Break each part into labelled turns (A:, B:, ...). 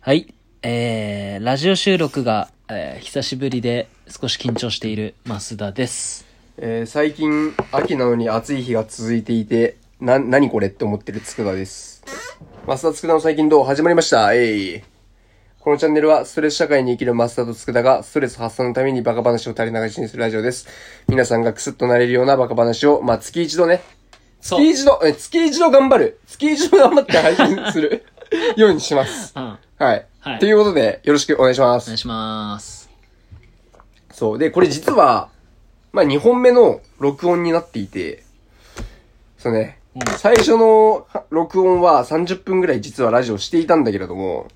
A: はい。えー、ラジオ収録が、えー久しぶりで少し緊張している増田です。
B: えー最近秋なのに暑い日が続いていてな何これって思ってるつくだです増田つくだの最近どう始まりましたえいこのチャンネルはストレス社会に生きる増田とつくだがストレス発散のためにバカ話を垂れ流しにするラジオです皆さんがクスッとなれるようなバカ話をまあ月一度ね
A: そ
B: 月一度え月一度頑張る月一度頑張って配信するようにします
A: うん。お
B: はい
A: はい
B: ということでよろしくお願いします
A: 願いします。
B: そう。で、これ実は、まあ、2本目の録音になっていて、そうね、最初のは録音は30分ぐらい実はラジオしていたんだけれども、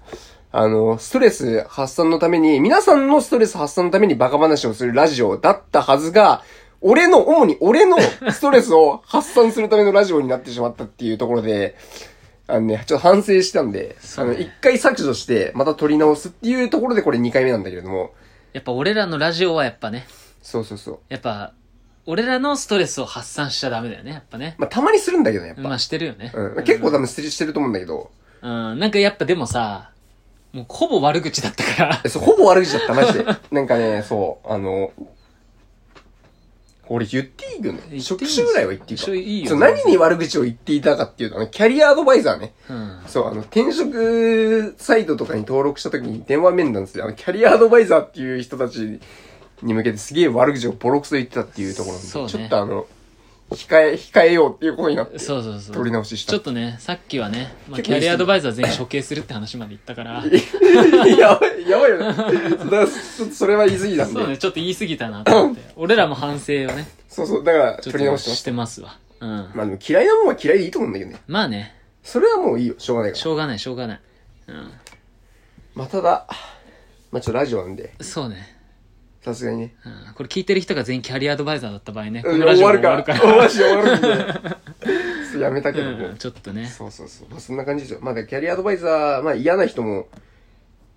B: あの、ストレス発散のために、皆さんのストレス発散のためにバカ話をするラジオだったはずが、俺の、主に俺のストレスを発散するためのラジオになってしまったっていうところで、あのね、ちょっと反省したんで、
A: そ
B: あ
A: うね
B: の、一回削除して、また撮り直すっていうところでこれ2回目なんだけれども、
A: やっぱ俺らのラジオはやっぱね、
B: そうそうそう。
A: やっぱ、俺らのストレスを発散しちゃダメだよね、やっぱね。
B: まあ、たまにするんだけどね、やっぱ。
A: まあしてるよね。
B: うん。結構多分捨てしてると思うんだけど、
A: うん、なんかやっぱでもさ、もうほぼ悪口だったから
B: え。そうほぼ悪口だった、マ ジで。なんかね、そう、あの、俺言っていいよ
A: いい
B: ね。
A: よ
B: 職種ぐらいは言っていいか。
A: 職種いいよ
B: そう、何に悪口を言っていたかっていうと、あの、キャリアアドバイザーね。
A: うん。
B: そう、あの、転職サイトとかに登録した時に電話面談する、あの、キャリアアドバイザーっていう人たちに向けてすげえ悪口をボロクソ言ってたっていうところなんで、
A: そうね
B: ちょっとあの、控え、控えようっていうことになって、
A: そうそうそう。
B: 取り直しした
A: ちょっ。とね、さっきはね、まあ、
B: 結
A: キ
B: 構い
A: ャ
B: い
A: リアア
B: 人
A: ドバイザー全員処刑するって話まで言ったから、
B: やばい、やばいよね。だからちょっとそれは言い過ぎなん
A: そうね、
B: で。
A: ちょっと言い過ぎたなと思って。俺らも反省をね、
B: そうそう、だから
A: ちょっ
B: 取り直
A: と
B: してま
A: し
B: す。
A: てますわ。うん。
B: まあでも嫌いなもんは嫌いでいいと思うんだけどね。
A: まあね、
B: それはもういいよ、しょうがないか
A: し
B: ら。
A: ょうがない、しょうがない。うん。
B: まあただ、まあちょっとラジオなんで、
A: そうね。
B: さすがにね。
A: うん。これ聞いてる人が全員キャリアアドバイザーだった場合ね、こ
B: うん
A: のラ
B: 終
A: ジオ
B: わ
A: も終
B: るか
A: わ
B: ら。
A: るか
B: 終
A: ら。
B: わるし終わるんで。ちょっとやめたけども
A: うん、。ちょっとね。
B: そうそうそう。まあそんな感じですよ。まあだからキャリアアドバイザー、まあ嫌な人も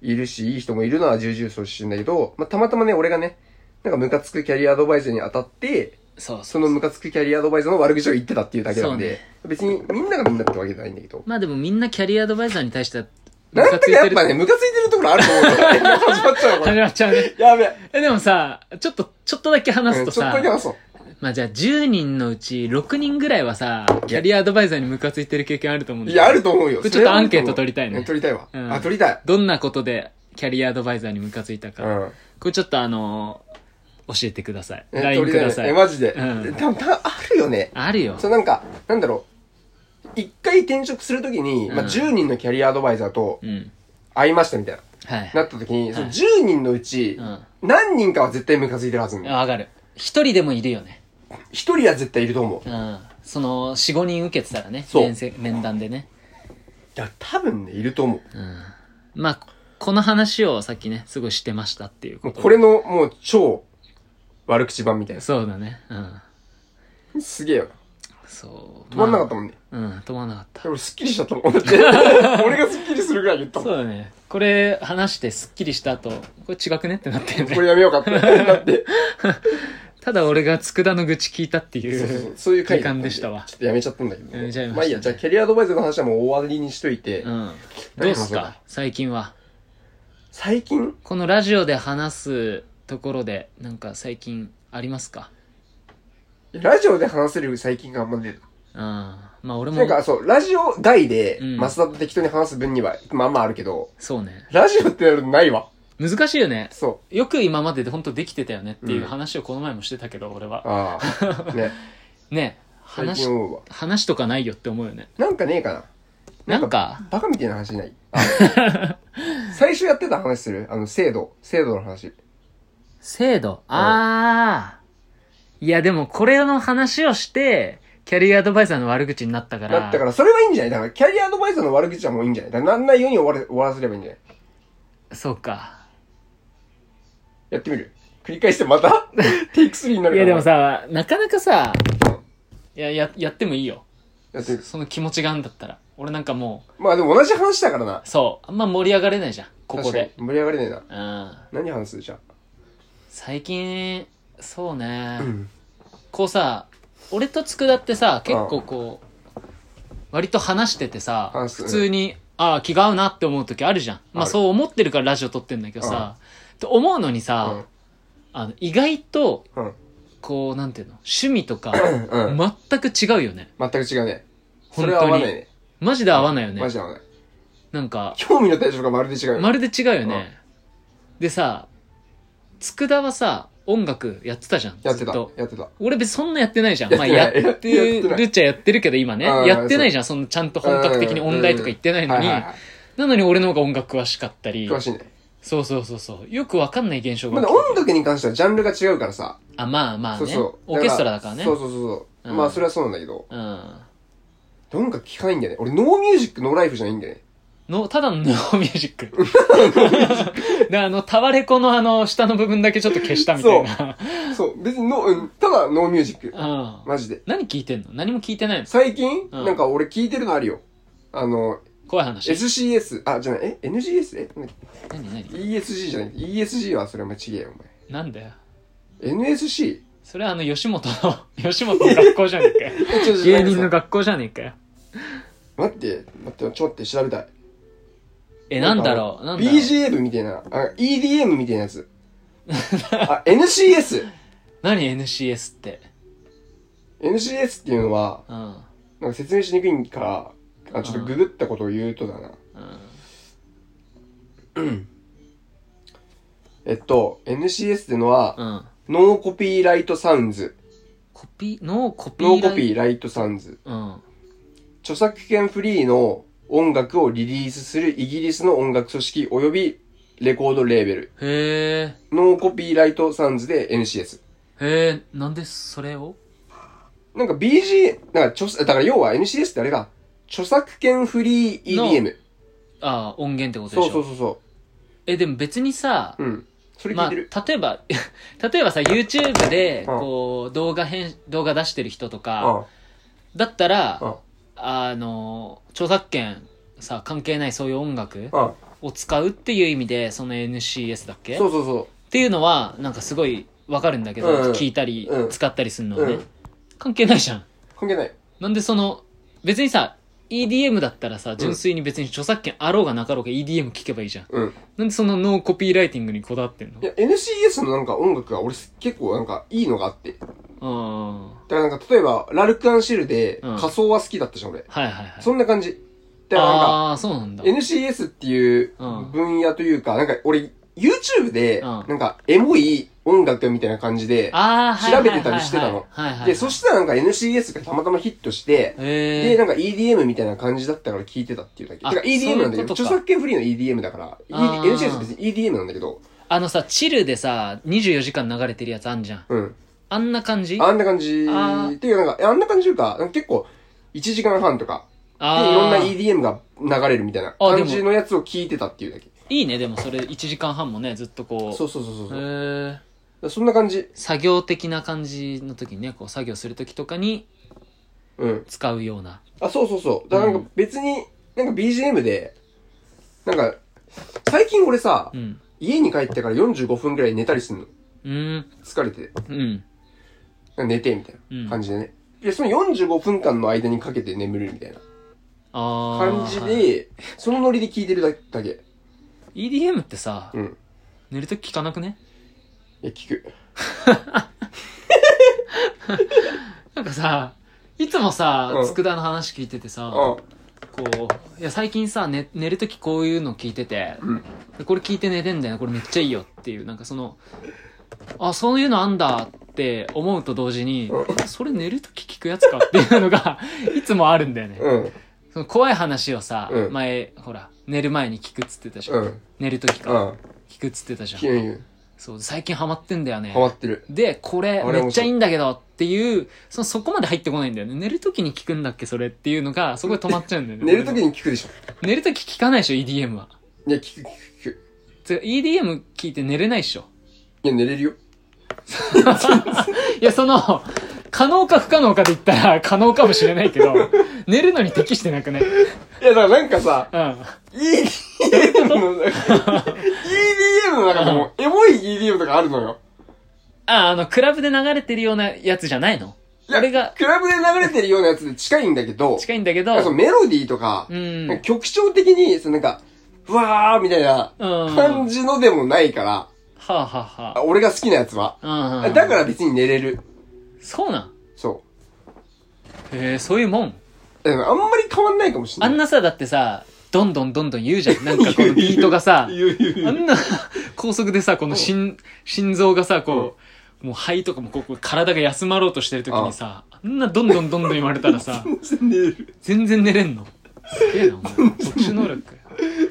B: いるし、いい人もいるのは重々承知してんだけど、まあたまたまね、俺がね、なんかムカつくキャリアアドバイザーに当たって、
A: そうそ。
B: そうのムカつくキャリアアドバイザーの悪口を言ってたっていうだけなんで、
A: そうね
B: 別にみんながみんなってわけじゃないんだけど。
A: まあでもみんなキャリアアドバイザーに対しては、 ム
B: なんだ
A: カつ
B: か
A: い
B: や
A: て
B: っ
A: る。
B: ぱね、ムカついてるところあると思うよ。 始まっちゃうよ、こ
A: 始
B: れ。
A: まっちゃうね。
B: やべえ。
A: え、でもさ、ちょっと、ちょっとだけ話
B: う
A: す
B: ん
A: と
B: ちょっ
A: さ
B: と、だけそう。
A: まあじゃあ10人のうち6人ぐらいはさ、キャリアアドバイザーにムカついてる経験あると思うんだ
B: い
A: よ
B: や、あると思うよ。
A: これ
B: そはある
A: ちょっとアンケ
B: 思う
A: ート取りたいね
B: うん取りたいわ。
A: うん
B: あ、取りたい。
A: どんなことでキャリアアドバイザーにムカついた
B: う
A: か。
B: ん。
A: これちょっとあのー教えてください。
B: え
A: LINE
B: 取
A: く
B: りたいね
A: ださい。
B: え、マジで。
A: うん
B: たたあるよね。
A: あるよ。
B: そう、なんか、なんだろう。一回転職するときに、まあ、
A: うん
B: 10人のキャリアアドバイザーと
A: うん。
B: 会いましたみたいな。
A: はい。
B: なったときに、その
A: はい
B: 10人のうち
A: う、ん。
B: 何人かは絶対ムカついてるはずなの。
A: わかる。一人でもいるよね。
B: 一人は絶対いると思う。
A: うん。その、四五人受けてたらね。
B: そう
A: 面接面談でね。
B: いや、多分ね、いると思う。
A: うん。まあ、この話をさっきね、すごいしてましたっていう
B: も
A: こ
B: う
A: と。
B: これの、もう超、悪口版みたいな。
A: そうだね。うん。
B: すげえよな。
A: そう。。
B: 止まんなかったたもんね。
A: うん、止まんなかった。
B: 俺スッキリしちゃったもん。だって 俺がスッキリするぐらい言った もん。
A: そうだね。これ、話してスッキリした後、これ違くねってなったよ
B: こ
A: ね。
B: れやめようかって。だって。
A: ただ俺が佃の愚痴聞いたって
B: そうそう
A: い
B: そうう。そういう回
A: 時間でしたわ
B: ちょっとやめちゃったんだけど。
A: やめちゃいましたね
B: まあいいや、じゃあキャリアアドバイザーの話はもう終わりにしといて。
A: うん。どうす
B: 何話そう
A: か最近は。
B: 最近
A: このラジオで話すところで、なんか最近ありますか
B: ラジオで話せる最近があんま出る。
A: うん。まあ俺も
B: なん、かそう、ラジオ外で、
A: うん
B: マスダと適当に話す分には、まあまああるけど、
A: そうね。
B: ラジオってやるのないわ。
A: 難しいよね。
B: そ
A: よく今までで本当できてたよねっていう
B: うん
A: 話をこの前もしてたけど、俺
B: う。
A: は。
B: あ あ。ね。
A: ね、
B: 最
A: 話
B: 近、思うわ。
A: 話とかないよって思うよね。
B: なんかねえかな。
A: なんか、
B: バカみたいな話ない。 あ最初やってた話するあの、制度。制度の話。
A: 制度。ああ。いや、でもこれの話をして、キャリアアドバイザーの悪口になったから。
B: だったから、それはいいんじゃないだから、キャリアアドバイザーの悪口はもういいんじゃないだからなんないように終われ終わらせればいいんじゃない
A: そうか。
B: やってみる繰り返してま たテイク3になる
A: い
B: から。
A: や、でも。さ、なかなかさ
B: うん、
A: いや、や、やってもいいよ。
B: やってみる。
A: その気持ちがあんだったら。俺なんかも
B: まあでも同じ話だからな
A: う、。そう、あんま盛り上がれないじゃん。ここ
B: 確かに
A: で。。
B: 盛り上がれねえな。
A: うん。
B: 何話すじゃ
A: 最近、そうね
B: あ。。うん。
A: こうさ、俺と佃ってさ、結構こう、割と話しててさ、
B: 話す
A: 普通にああ、気が合うなって思う時あるじゃん。まあ
B: ある
A: そう思ってるからラジオ撮ってんだけどさ、と思うのにさ、
B: うん
A: あの、意外と、
B: うん。
A: こう、なんていうの、趣味とか、
B: うん。
A: 全く違うよね。
B: 全く違うね。そ
A: 本
B: れは合
A: 当
B: わ
A: に
B: ない。ね。
A: マジで合わないよね
B: マ。ジで合わない。
A: なんか、
B: 興味の対象がまるで違うよ。
A: まるで違うよね。でさ、佃はさ、音楽やってたじゃん。
B: やって
A: ず
B: た
A: と。
B: やってた。
A: 俺別にそんなやってないじゃん。
B: やっ
A: まあ
B: てな
A: やっ
B: い
A: て
B: やってない
A: るっちゃやってるけど今ね。
B: うん
A: やってないじゃん。そのちゃんと本格的に音大とか行ってないのに。
B: はいはいは
A: なのに俺の方が音楽詳しかった
B: い
A: り。
B: 詳しいね。
A: そうそうそうそう。よくわかんない現象
B: ま
A: が
B: だ
A: 起き
B: 音楽に関してはジャンルが違うからさ。
A: あ、まあまあ
B: そう
A: ね
B: そう。。
A: オーケストラだからね。
B: そうそうそうそう。
A: うん
B: まあそれはそうなんだけど。
A: うん。
B: 音楽聴かないんだよね。俺ノーミュージックノーライフじゃないんだよね。
A: の、ただのノ ーミュージック。 で、あの、タワレコのあの、下の部分だけちょっと消したみたいな。
B: そう。別にノーうん、ただノーミュージック
A: う。ん。
B: マジで。
A: 何聞いてんの何も聞いてないの
B: 最近、
A: うん
B: なんか俺聞いてるのあるよ。あの、
A: 怖い話。
B: SCS、あ、じゃない、え ?NGS? えなんだっ
A: 何
B: け
A: 何
B: ?ESG じゃない。ESG はそれお前違えよ、
A: なんだよ。
B: お前。NSC?
A: それはあの、吉本の、吉本の学校じゃね えかよ。
B: ちょっと
A: 芸人の学校じゃねえかよ。
B: 待って、待って、ちょっと待って、調べたい。
A: え、なんだろうなんだろう
B: BGM みたいな、あ、EDM みたいなやつ。あ、NCS!
A: 何 NCS って。
B: NCS っていうのは、
A: うん。
B: なんか説明しにくいから、あ、ちょっとググったことを言うとだな。
A: うん。
B: えっと、NCS っていうのは、
A: うん。
B: ノーコピーライトサウンズ。
A: コピー、ノーコピー
B: ノ
A: ライ
B: ーコピーライトサウンズ。
A: うん。
B: 著作権フリーの音楽をリリースするイギリスの音楽組織及びレコードレーベル。
A: へえ。
B: ノーコピーライトサウンズで NCS。
A: へえ、なんでそれを
B: なんか BG、なんか著作、だから要は NCS ってあれが、著作権フリー EDM。
A: ああ、音源ってことで
B: そ
A: し
B: う
A: ょ。
B: そうそうそ
A: え、でも別にさ
B: う。、うん。それ聞
A: ま
B: い
A: あ、
B: てる。
A: 例えば、 例えばさ、YouTube で、
B: うん
A: こう、動画編、動画出してる人とか、
B: あ
A: だったら、
B: あ、
A: あの、著作権、さ、関係ないそういう音楽
B: ああ。
A: を使うっていう意味で、その NCS だっけ
B: そうそうそ
A: っていうのは、なんかすごいわかるんだけど、
B: うん
A: 聞いたり
B: う、ん
A: 使ったりするの
B: う。う
A: はね、
B: ん。
A: 関係ないじゃん。
B: 関係ない。
A: なんでその、別にさ、EDM だったらさ、純粋に別に著作権あろうがなかろうが EDM 聞けばいいじゃん。
B: うん。
A: なんでそのノーコピーライティングにこだわってんの
B: いや、NCS のなんか音楽が俺結構なんかいいのがあって。だ
A: うん。は
B: からなんか例えば、ラルクアンシェルで
A: うん
B: 仮想は好きだったじゃん、俺。
A: いはいはい。
B: そんな感じ。だからなんか、
A: ああー、そうなんだ。
B: NCS っていう
A: うん
B: 分野というか、なんか俺、YouTube で、
A: うん
B: なんか、エモい音楽みたいな感じで、
A: ああ、はいはいはいはい。
B: 調べてたりしてたの
A: はいはいはい。
B: で、そしたらなんか NCS がたまたまヒットして、
A: へ
B: で、
A: え。
B: なんか EDM みたいな感じだったから聞いてたっていうだけ。
A: あ
B: てか EDM な
A: そ
B: んだ
A: うい
B: よ。
A: うことか
B: 著作権フリーの EDM だから、ED
A: あー
B: NCS は別に EDM なんだけど、
A: あのさ、チルでさ、24時間流れてるやつあんじゃん。
B: うん。
A: あんな感じ
B: あんな感じ、
A: あー
B: っていうかなんか、あんな感じというか、なんか結構、1時間半とか、でい
A: あー
B: ろんな EDM が流れるみたいな
A: あでも
B: 感じのやつを聞いてたっていうだけ。
A: いいね、でもそれ1時間半もね、ずっとこう。
B: そうそうそうそうそう。だか
A: へえ。
B: らそんな感じ。
A: 作業的な感じの時にね、こう作業する時とかに
B: うん。
A: 使うような。
B: あ、そうそうそう。だからなんか別に、なんか BGM で、なんか、最近俺さ、
A: うん。
B: 家に帰ってから45分くらい寝たりするの。
A: うーん。
B: 疲れて。
A: うん。
B: なんか寝て、みたいな感じでね。で、その45分間の間にかけて眠るみたいな
A: ああ。
B: 感じ。で、そのノリで聞いてるだだけ。
A: EDM ってさ、
B: うん。
A: 寝るとき聞かなくね
B: いや、聞く。
A: なんかさ、いつもさ
B: う、ん
A: 佃の話聞いててさ、
B: あ
A: こう、いや最近さ、寝、寝るときこういうの聞いてて、
B: うん
A: でこれ聞いて寝てんだよ、これめっちゃいいよっていう、なんかその、あ、そういうのあんだって思うと同時に、それ寝るとき聞くやつかっていうのが、 いつもあるんだよね。
B: うん。
A: その怖い話をさ、
B: うん
A: 前、ほら、寝る前に聞くっつってたじゃん。
B: うん。
A: 寝るときか、
B: うん。
A: 聞くっつってたじゃん
B: キ。ュンユン。
A: そう、最近ハマってんだよね
B: ハ。マってる。
A: で、これ、
B: あれ
A: めっちゃいいんだけどっていう、その、そこまで入ってこないんだよね。寝るときに聞くんだっけ、それっていうのが、そこで止まっちゃうんだよね。
B: 寝るときに聞くでしょ。
A: 寝るとき聞かないでしょ、EDM は。
B: いや、聞く、聞く、聞く。
A: つうか EDM 聞いて寝れないでしょ。
B: いや、寝れるよ。
A: いや、その、可能か不可能かで言ったら 可能かもしれないけど、寝るのに適してな くね。
B: いや、だからなんかさ、
A: うん。
B: EDM の中で、EDM の中でも、エモい EDM とかあるのよ。
A: あ、あの、クラブで流れてるようなやつじゃないの
B: いや
A: 俺が
B: クラブで流れてるようなやつで近いんだけど、
A: 近いんだけど
B: なんか、そのメロディーとか、
A: うん。
B: 曲調的に、そのなんか、うわーみたいな
A: うん
B: 感じのでもないから、
A: はあ、は
B: あ俺が好きなやつは。
A: あはあ。うん。
B: だから別に寝れる。
A: そうなん。
B: そ
A: へえ、そういうもん。
B: う。でもあんまり変わんないかもしれ
A: あ
B: ない。
A: んなさ、だってさ、どんどんどんどん 言うじゃん。なんかこのビートがさ、
B: 言う言う言う
A: あんな高速でさ、この心、心臓がさ、こう、もう肺とかもこうこう体が休まろうとしてる時にさ、あんなどんどんどんどん言われたらさ、
B: 全然寝れる。
A: 全然寝れんの。すげえな、お前。特殊能力。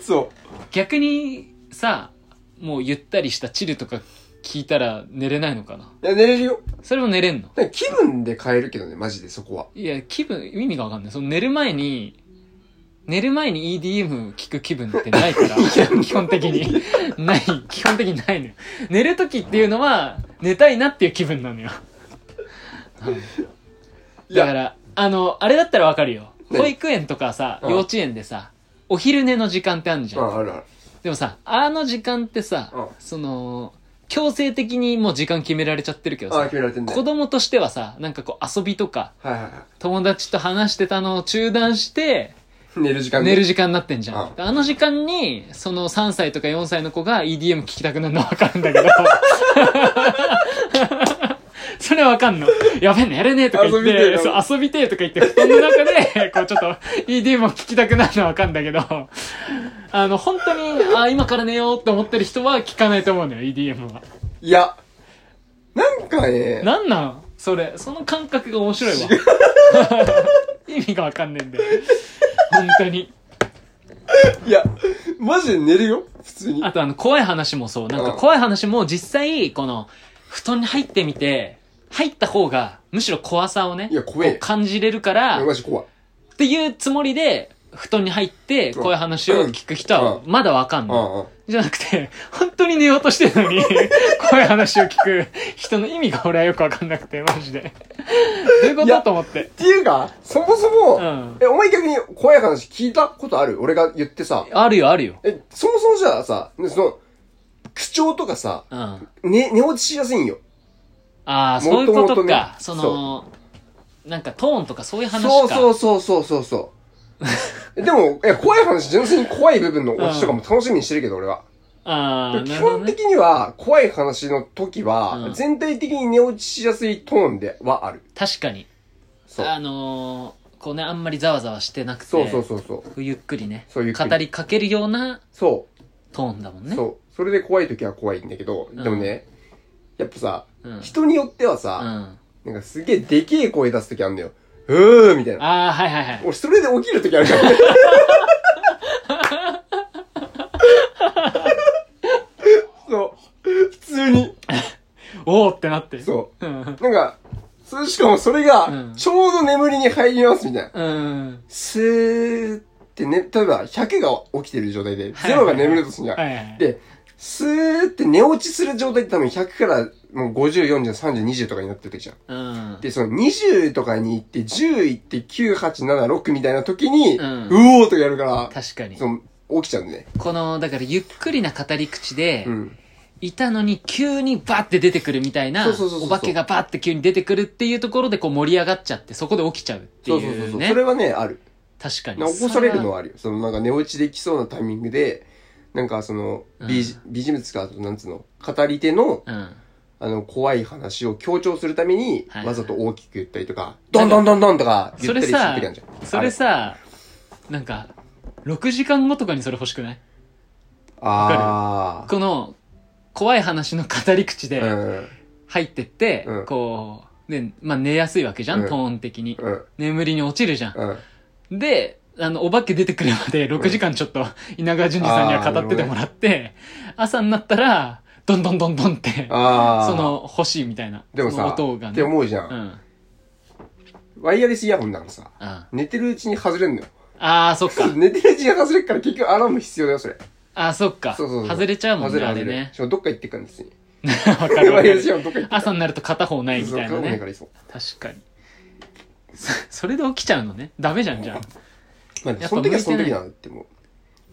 B: そ
A: 逆にさ、もうゆったりしたチルとか聞いたら寝れないのかな。
B: う。いや寝れるよ。
A: それも寝れんの
B: なんか気分で変えるけどね、マジでそこは。
A: いや、気分、意味がわかんない。その寝る前に、寝る前に EDM 聞く気分ってない から、基本的に。ない、基本的にないのよ。寝る時っていうのは、寝たいなっていう気分なのよ。
B: い
A: だ
B: や、
A: から、あの、あれだったらわかるよ。
B: ね
A: 保育園とかさ、
B: うん
A: 幼稚園でさ、お昼寝の時間ってあるじゃ。
B: うんん、あるある。
A: でもさ、あの時間ってさ
B: うん、
A: その、強制的にもう時間決められちゃってるけど
B: あ
A: さ
B: あ、決、められてんね。
A: 子供としてはさ、なんかこう遊びとか、
B: はいはいは
A: 友達と話してたのを中断して、
B: い。寝る時間ね
A: 寝る時間になってんじゃん。
B: うん
A: であの時間に、その3歳とか4歳の子が EDM 聞きたくなるのはわかるんだけど。 それはわかんの。やべえね、やれねえとか言っ
B: 遊びてえ
A: て、
B: な
A: そう遊びてえとか言って、布団の中で、こうちょっと EDM を聞きたくなるのはわかんだけど、あの、本当に、あ、今から寝ようって思ってる人は聞かないと思うのよ、EDM は。
B: いや、なんかね、
A: なんなんそれ、その感覚が面白いわ。 意味がわかんねえんだよ。本当に。
B: いや、マジで寝るよ、普通に。
A: あとあの、怖い話もそう。なんか怖い話も実際、この、布団に入ってみて、入った方が、むしろ怖さをね、
B: いや怖え
A: こう感じれるから、
B: マジ怖い。
A: っていうつもりで、布団に入って、
B: うん
A: 怖い話を聞く人は
B: う、
A: まだわかん
B: うん
A: の。
B: うん。
A: じゃなくて、本当に寝ようとしてるの に、怖い話を聞く人の意味が俺はよくわかんなくて、マジで。どういうこ
B: い
A: と
B: や
A: と思って。
B: っていうか、そもそも、
A: うん
B: え、お前逆に怖い話聞いたことある俺が言ってさ。
A: あるよ、あるよ。
B: え、そもそもじゃあさ、ねその、口調とかさ、
A: うん。あ
B: ね、寝落ちしやすいんよ。
A: あー、そういうこと
B: もともとね
A: か。その、なんかトーンとかそういう話か。
B: そうそうそうそう そうそう。でも、え、怖い話、純粋に怖い部分の落ちとかも楽しみにしてるけど、俺は。
A: ああ、
B: 基
A: なるほど
B: 本
A: ね。
B: 的には、怖い話の時
A: う
B: は
A: ん、
B: 全体的に寝落ちしやすいトーンではある。
A: 確かに。
B: そう。
A: あのー、こうね、あんまりざわざわしてなくて。
B: そうそうそうそう。
A: ゆっくりね。
B: そうゆっくり
A: 語りかけるような
B: そ
A: トーンだもん
B: う。
A: ね。
B: そう。それで怖い時は怖いんだけど、でもね、やっぱさ、
A: うん。
B: 人によっては
A: うん。
B: さ、
A: あ
B: なんかすげえでけえ声出す時あるんだよ。うーみたいな。
A: あー、はいはいはい。
B: 俺それで起きる時あるから ね。そう。普通に。
A: おーってなって。。
B: そう
A: うん
B: う。。なんか、それしかもそれ
A: う
B: が
A: ん、
B: ちょうど眠りに入りますみたいな。
A: うん。
B: スーってね、例えば100が起きてる状態で、
A: はい
B: 0が眠るとするじゃん。
A: はいはい。
B: で、スーって寝落ちする状態って多分100からもう50、40、30、20とかになってる時じゃん。
A: うん。
B: で、その20とかに行って、10行って、9、8、7、6みたいな時に、
A: う
B: うんおーとかやるから、
A: 確かに。
B: その、起きちゃうんでね。
A: この、だからゆっくりな語り口で
B: う、ん。
A: いたのに急にバって出てくるみたいな、
B: そうそうそうそ
A: お
B: う
A: 化けがバって急に出てくるっていうところでこう盛り上がっちゃって、そこで起きちゃうって
B: そうそうそう
A: い
B: そうう。それ
A: ね。
B: はね、ある。
A: 確かに。
B: な起こされる
A: そ
B: のはあるよ。その、なんか寝落ちできそうなタイミングで、なんかその、
A: うん
B: ビジ、ビジネスか、なんつうの、語り手の、
A: れはうん。
B: あの、怖い話を強調するために
A: は、い
B: わざと大きく言ったりとか、どんどんどんどんとか言
A: そ
B: った
A: れ
B: りする時あ
A: さ
B: るじゃん。
A: それさなんか6時間後とかにそれ欲しくない
B: あ
A: この怖い話の語り口
B: れ。う
A: で
B: ん。
A: 入ってって、
B: うん
A: こうで、まあ、寝やすいわけじゃん、
B: うん
A: トーン的に、
B: うん。
A: 眠りに落ちるじゃん、
B: うん。
A: であのお化け出てくるまで6時間ちょっと稲川淳二さんには語っててもらって、朝になったらどんどんどんどんって
B: ああ。
A: そ、の欲しいみたいな
B: でも
A: その
B: さ、
A: 音が
B: って
A: ね
B: 思うじゃ。
A: うんん、うん、
B: ワイヤレスイヤホンだからさ、
A: あ
B: 寝てるうちに外れんのよ。
A: あそっか
B: 寝てるうちに外れるから結局アラーム必要だよ、それ。
A: ああそっか
B: そうそうそう。
A: 外れちゃうもんね
B: 外れ
A: あ
B: 外
A: れ
B: れ
A: ね。
B: しかもどっか行ってっから別に。
A: わかるわ
B: ワ
A: か
B: イヤレス
A: る
B: イヤホンどっか行ってっか
A: 朝になると片方ない
B: ら。
A: み
B: そう
A: たいな
B: かも
A: ね
B: からいそう。
A: 確かにそそれで起きちゃうのねダメじゃんじゃあ
B: ま
A: や
B: あ、
A: っぱ
B: そ
A: 向
B: の
A: いて
B: 時
A: ない
B: はその時なんだってもう。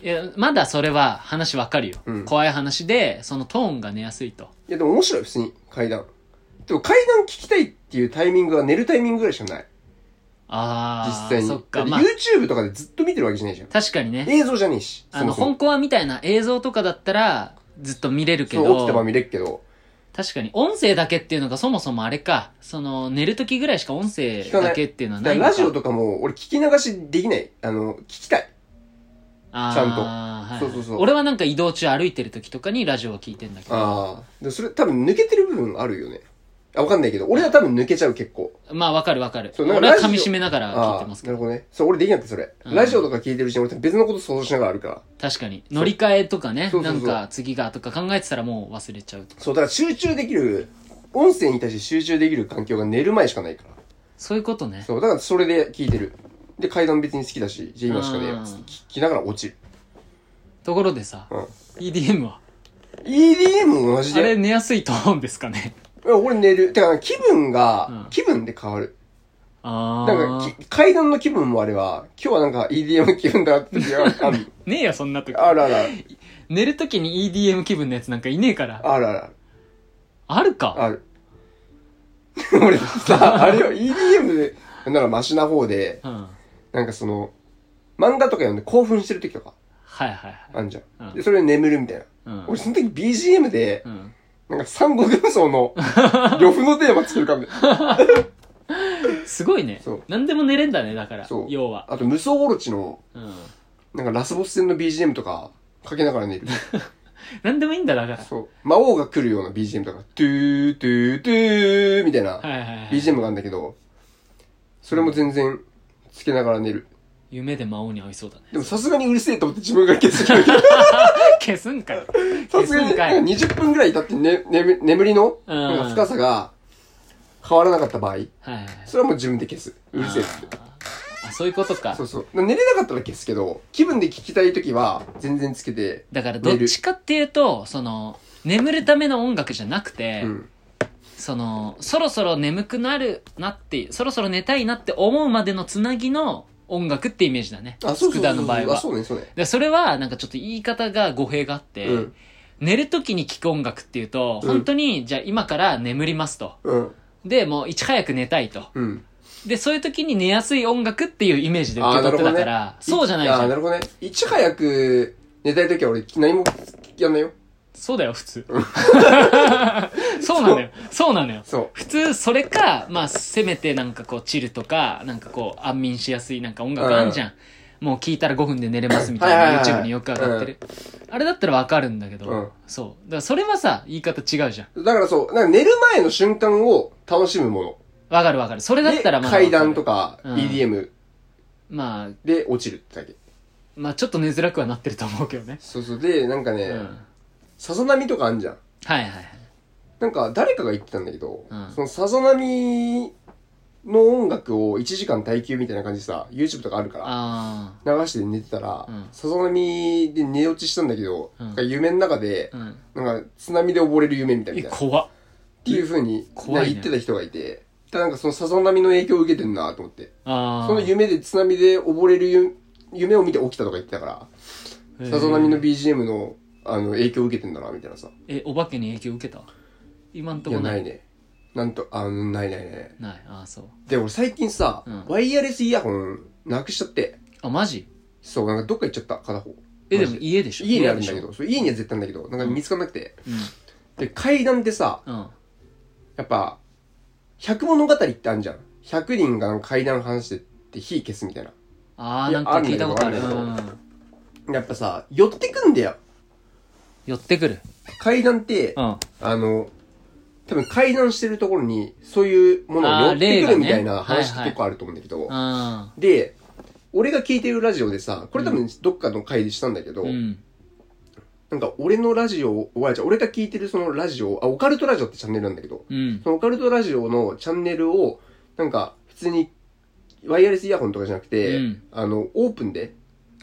A: いやまだそれは話わかるよ、
B: うん
A: 怖い話でそのトーンが寝やすいと
B: いや、でも面白い、普通に、階段。でも階段聞きたいっていうタイミングは寝るタイミングぐらいしかない。
A: あ
B: 実
A: あ、
B: 際に。
A: そっか、ま
B: だ
A: あ
B: って、YouTube とかでずっと見てるわけじゃないじゃん。
A: 確かにね。
B: 映像じゃねえし。
A: あの、
B: そも
A: 本コアみたいな映像とかだったら、ずっと見れるけ
B: そもそう、起
A: ど
B: きた、まま見れっけど、
A: 確かに音声だけっていうのがそもそもあれか、その、寝る時ぐらいしか音声だけっていうのは
B: だ
A: な
B: か
A: い
B: らラジオ
A: と
B: とかも俺聞き流しできない。あの、聞きたい。
A: ち
B: ちゃんと
A: はい、
B: そうそうそう
A: 俺はなんか移動中歩いてる時とかにラジオを聞いてんだけど、
B: ああ。でもそれ多分抜けてる部分あるよね。あ、わかんないけど、俺は多分抜けちゃう結構。
A: まあわかるわかる。
B: そうなんか
A: 俺は
B: ラジ
A: 噛
B: オ
A: み締めながら聞い
B: あ
A: て
B: あ
A: ます
B: ー、
A: け
B: な
A: ど、
B: るほどね。そう、俺できなくてそれ。
A: うん
B: ラジオとか聞いてるうちに俺別のこと想像しながらあるから。
A: 確かに。乗り換えとかね、
B: そうそうそう
A: なんか次がとか考えてたらもう忘れちゃうとか。
B: そう、だから集中できる、音声に対して集中できる環境が寝る前しかないから。
A: そういうことね。
B: そう、だからそれで聞いてる。で、階段別に好きだし、じゃあ今しかねえ
A: う
B: よ
A: ん。
B: つって聞きながら落ちる。
A: ところでさ、
B: うん
A: EDM は、
B: EDM も同じ
A: あれ
B: で。
A: 寝やすいと思うんですかね。
B: いや俺寝る。てか、気分
A: うん
B: が、気分で変わる。
A: あー。
B: なんか、き階段の気分もあれば、今日はなんか EDM 気分だなって時がある
A: ねえよ、そんな時。
B: あるあるある。
A: 寝る時に EDM 気分のやつなんかいねえから。
B: あるあるある。
A: あるか。
B: ある。俺さ、あれよ、EDM で、なんならマシな方で、
A: うん。はい
B: なんかその、漫画とか読んで興奮してる時とか、
A: はいはい。
B: あんじゃ
A: うん
B: ん。で、それで眠るみたいな。
A: うん。
B: 俺その時 BGM で
A: う、ん。
B: なんか三国武装 の、呂布のテーマ作るかみたいな。
A: すごいね
B: そう。
A: 何でも寝れんだね、だから
B: そう。。
A: 要は。
B: あと、無双オロチの、
A: うん。
B: なんかラスボス戦の BGM とか、かけながら寝る。
A: 何でもいいんだ、だから。
B: そう。魔王が来るような BGM とか、トゥー、トゥー、トゥー、みたいな
A: はいはいはい。
B: BGM があるんだけど、それも全然、つけながら寝る。
A: 夢で魔王に会いそうだ ね。
B: でもさすがにうるせえと思って自分が 消すけど、
A: 消すんかい。
B: さ
A: 消
B: す
A: す
B: が
A: ん
B: に
A: かい。
B: なんか20分ぐらい経って、ね、眠眠りの、
A: うん
B: なんか深さが変わらなかった場合、
A: はいはいはい。
B: それはもう自分で消す。うるせえって。
A: あ、そういうことか
B: そう。そう。寝れなかったら消すけど、気分で聞きたいときは全然つけて、
A: だからどっちかっていうと、その、眠るための音楽じゃなくて、
B: うん。
A: その、そろそろ眠くなるなって、そろそろ寝たいなって思うまでのつなぎの音楽ってイメージだね。
B: あ、そうそうそうそう。
A: 佃の場合は
B: あ、そうね、そうね。
A: でそれは、なんかちょっと言い方が語弊があって、
B: うん
A: 寝る時に聴く音楽っていうと、
B: うん
A: 本当に、じゃあ今から眠りますと。
B: うん。
A: で、もういち早く寝たいと。
B: うん。
A: で、そういう時に寝やすい音楽っていうイメージで受け取ってたから、そうじゃないじ
B: あ
A: ゃ。
B: ー、なんるほどね。いち早く寝たいときは俺何もやんないよ。
A: そうだよ、普通。 そうなのよ。そうなのよ。
B: そ
A: 普通、それか、まあ、せめてなんかこう、チルとか、なんかこう、安眠しやすいなんか音楽あんじゃん。もう聞いたら5分で寝れますみたい
B: はいはい
A: な
B: はい
A: YouTube によく上がってる。あれだったらわかるんだけど、
B: うん
A: そう。だからそれはさ、言い方違うじゃん。
B: う。だからそう、なんか寝る前の瞬間を楽しむもの。
A: わかるわかる。それだ
B: で、
A: ったらまだわかる
B: 階段と。か
A: うん
B: EDM
A: まあ、
B: で落ちるってだけ。
A: まあちょっと寝づらくはなってると思うけどね。
B: そうそう。で、なんか
A: う
B: ね、
A: ん。はい
B: さざ波とかあんじゃん。
A: はいはい。
B: なんか誰かが言ってたんだけど、
A: うん
B: そのさざ波の音楽を1時間耐久みたいな感じでさ、YouTube とかあるから。
A: あ
B: 流して寝てたら
A: うん、
B: さざ波で寝落ちしたんだけど、
A: うん
B: なんか夢の中で
A: あ。う、ん。
B: なんか津波で溺れる夢みたい
A: え、
B: な。っ
A: 怖って
B: いう風に
A: 怖いね
B: 言ってた人がいて、ただなんかそのさざ波の影響を受けてんなと思って。
A: ああ。
B: その夢で津波で溺れるゆ夢を見て起きたとか言ってたから、
A: へー
B: さざ波の BGM のあの影響を受けてんだなみたいなさ。
A: え、お化けに影響受けた今んと
B: い
A: こ
B: や、
A: な。
B: ないいね。なんと、あの、ないないない。
A: ない。ああ、そう。
B: で、俺最近さ
A: うん、
B: ワイヤレスイヤホンなくしちゃって、
A: あ、マジ
B: そう、なんかどっか行っちゃった、片方。
A: え、で
B: マ
A: も
B: ジ
A: 家でしょ
B: 家にあるんだけ
A: 部屋
B: ど、そう家には絶対あるんだけど、なんか見つからなくて。
A: でしょ
B: で、階段ってさ、
A: うん。うん。
B: やっぱ、百物語ってあるじゃん。百人が階段話してって火消すみたいな。
A: ああ、
B: い
A: な
B: や
A: んか聞いたことある。
B: あるんだけど
A: うん
B: やっぱさ、寄ってくんだよ。
A: 寄ってくる。
B: 階段って、
A: うん。
B: あの、多分階段してるところに、そういうもの
A: あー
B: を寄ってく
A: 霊が
B: る
A: ね
B: みたいな話
A: はいはい
B: とかあると思うんだけど。
A: あ
B: で、俺が聞いてるラジオでさ、これ多分どっかの回でしたんだけ
A: あ。
B: ど、
A: うん。
B: なんか俺のラジオを、おやじゃあ俺が聞いてるそのラジオ、あ、オカルトラジオってチャンネルなんだけど、
A: うん。
B: そのオカルトラジオのチャンネルを、なんか、普通に、ワイヤレスイヤホンとかじゃなくて、
A: うん
B: あの、オープンで、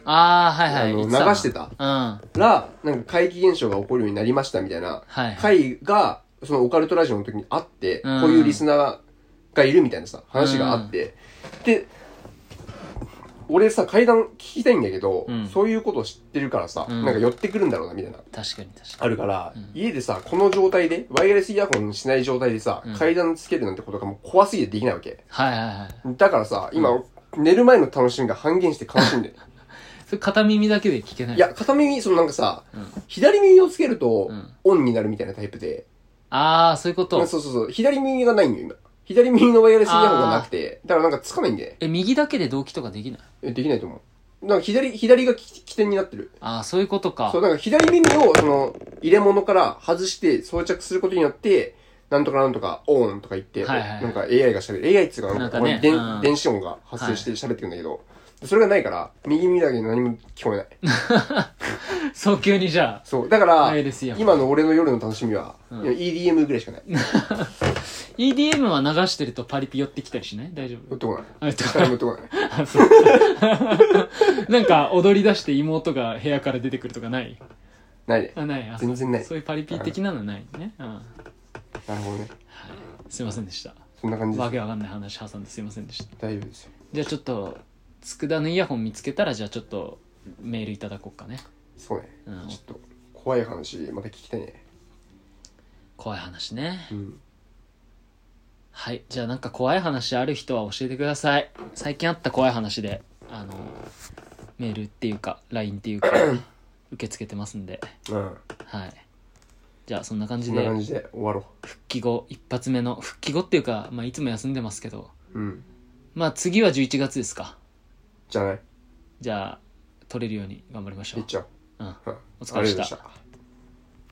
A: ああ、はいはい。
B: あの
A: 言な
B: 流して
A: う
B: た
A: ん。は、
B: ら、なんか怪奇現象が起こるようになりましたみたいない
A: はい。
B: 回が、そのオカルトラジオの時にあって、
A: うん
B: こういうリスナーがいるみたいなさ、話があって、で、俺さ、階段聞きたいんだけど、
A: うん
B: そういうこと知ってるからさ、
A: うん
B: なんか寄ってくるんだろうな、みたいな。
A: 確かに確か
B: あるから、
A: うん
B: 家でさ、この状態で、ワイヤレスイヤホンしない状態でさ、
A: うん
B: 階段つけるなんてことがもう怖すぎてできないわけ。
A: に。はいはいはい。
B: だからさ、今、寝る前の楽しみが半減して悲しんでる。
A: それ片耳だけで聞けない。
B: いや、片耳、そのなんかさ、
A: うん。
B: 左耳をつけると
A: う、ん。
B: オンになるみたいなタイプで、
A: ああ、そういうこ
B: そ
A: と
B: う。そうそう、左耳がないんよ、今。左耳のワイヤレスイヤホンがなくて、だからなんかつかないんで、
A: え、右だけで動機とかできない
B: えできないと思う。なんか左、左がき起点になってる。
A: ああ、そういうことか
B: そう、。なんか左耳を、その、入れ物から外して装着することによって、なんとかなんとか、オーンとか言って、
A: はいはいはい
B: なんか AI が喋る。AI っつうか、な
A: なんん
B: か、
A: か
B: こ
A: ね
B: れ電
A: うん
B: 電子音が発生して喋ってくんだけど、それがないから、右耳だけ何も聞こえない。
A: 早急にじゃあ。
B: そう、だから
A: ワイ、ヤレスイヤホン
B: 今の俺の夜の楽しみは、
A: うん
B: EDM ぐらいしかない。
A: EDM は流してるとパリピ寄ってきたりしない大丈
B: 寄
A: 夫
B: ってこない。
A: あえっと
B: 誰も寄ってこない。
A: あそうなんか踊り出して妹が部屋から出てくるとかない
B: ないで。
A: あないあ
B: 全然ない
A: そういうパリピ的なのないね、うん、
B: なるほどね。
A: すいませんでした
B: そんな感じで
A: わ
B: す。
A: けわかんない話挟んですいませんでした
B: 大丈夫ですよ。
A: じゃあちょっと佃のイヤホン見つけたらじゃあちょっとメールいただこうかね
B: そうね。
A: うん
B: ちょっと、怖い話、また聞きたいね。
A: 怖い話ね
B: うん。
A: はいじゃあなんか怖い話ある人は教えてください最近あった怖い話であのメールっていうか LINE って いうか受け付けてますんで
B: うん。
A: はいじゃあそんな感
B: そ
A: じ
B: んな
A: で
B: 感じで終わろ
A: 復帰後一発目の復帰後っていうか、まあ、いつも休んでますけど
B: う。うん。
A: まあ次は11月ですか
B: じゃあね。
A: じゃあ取れるように頑張りましょ
B: いうっ、ちゃう。
A: うん、
B: うん
A: お疲れ様でした
B: ありがとうございました。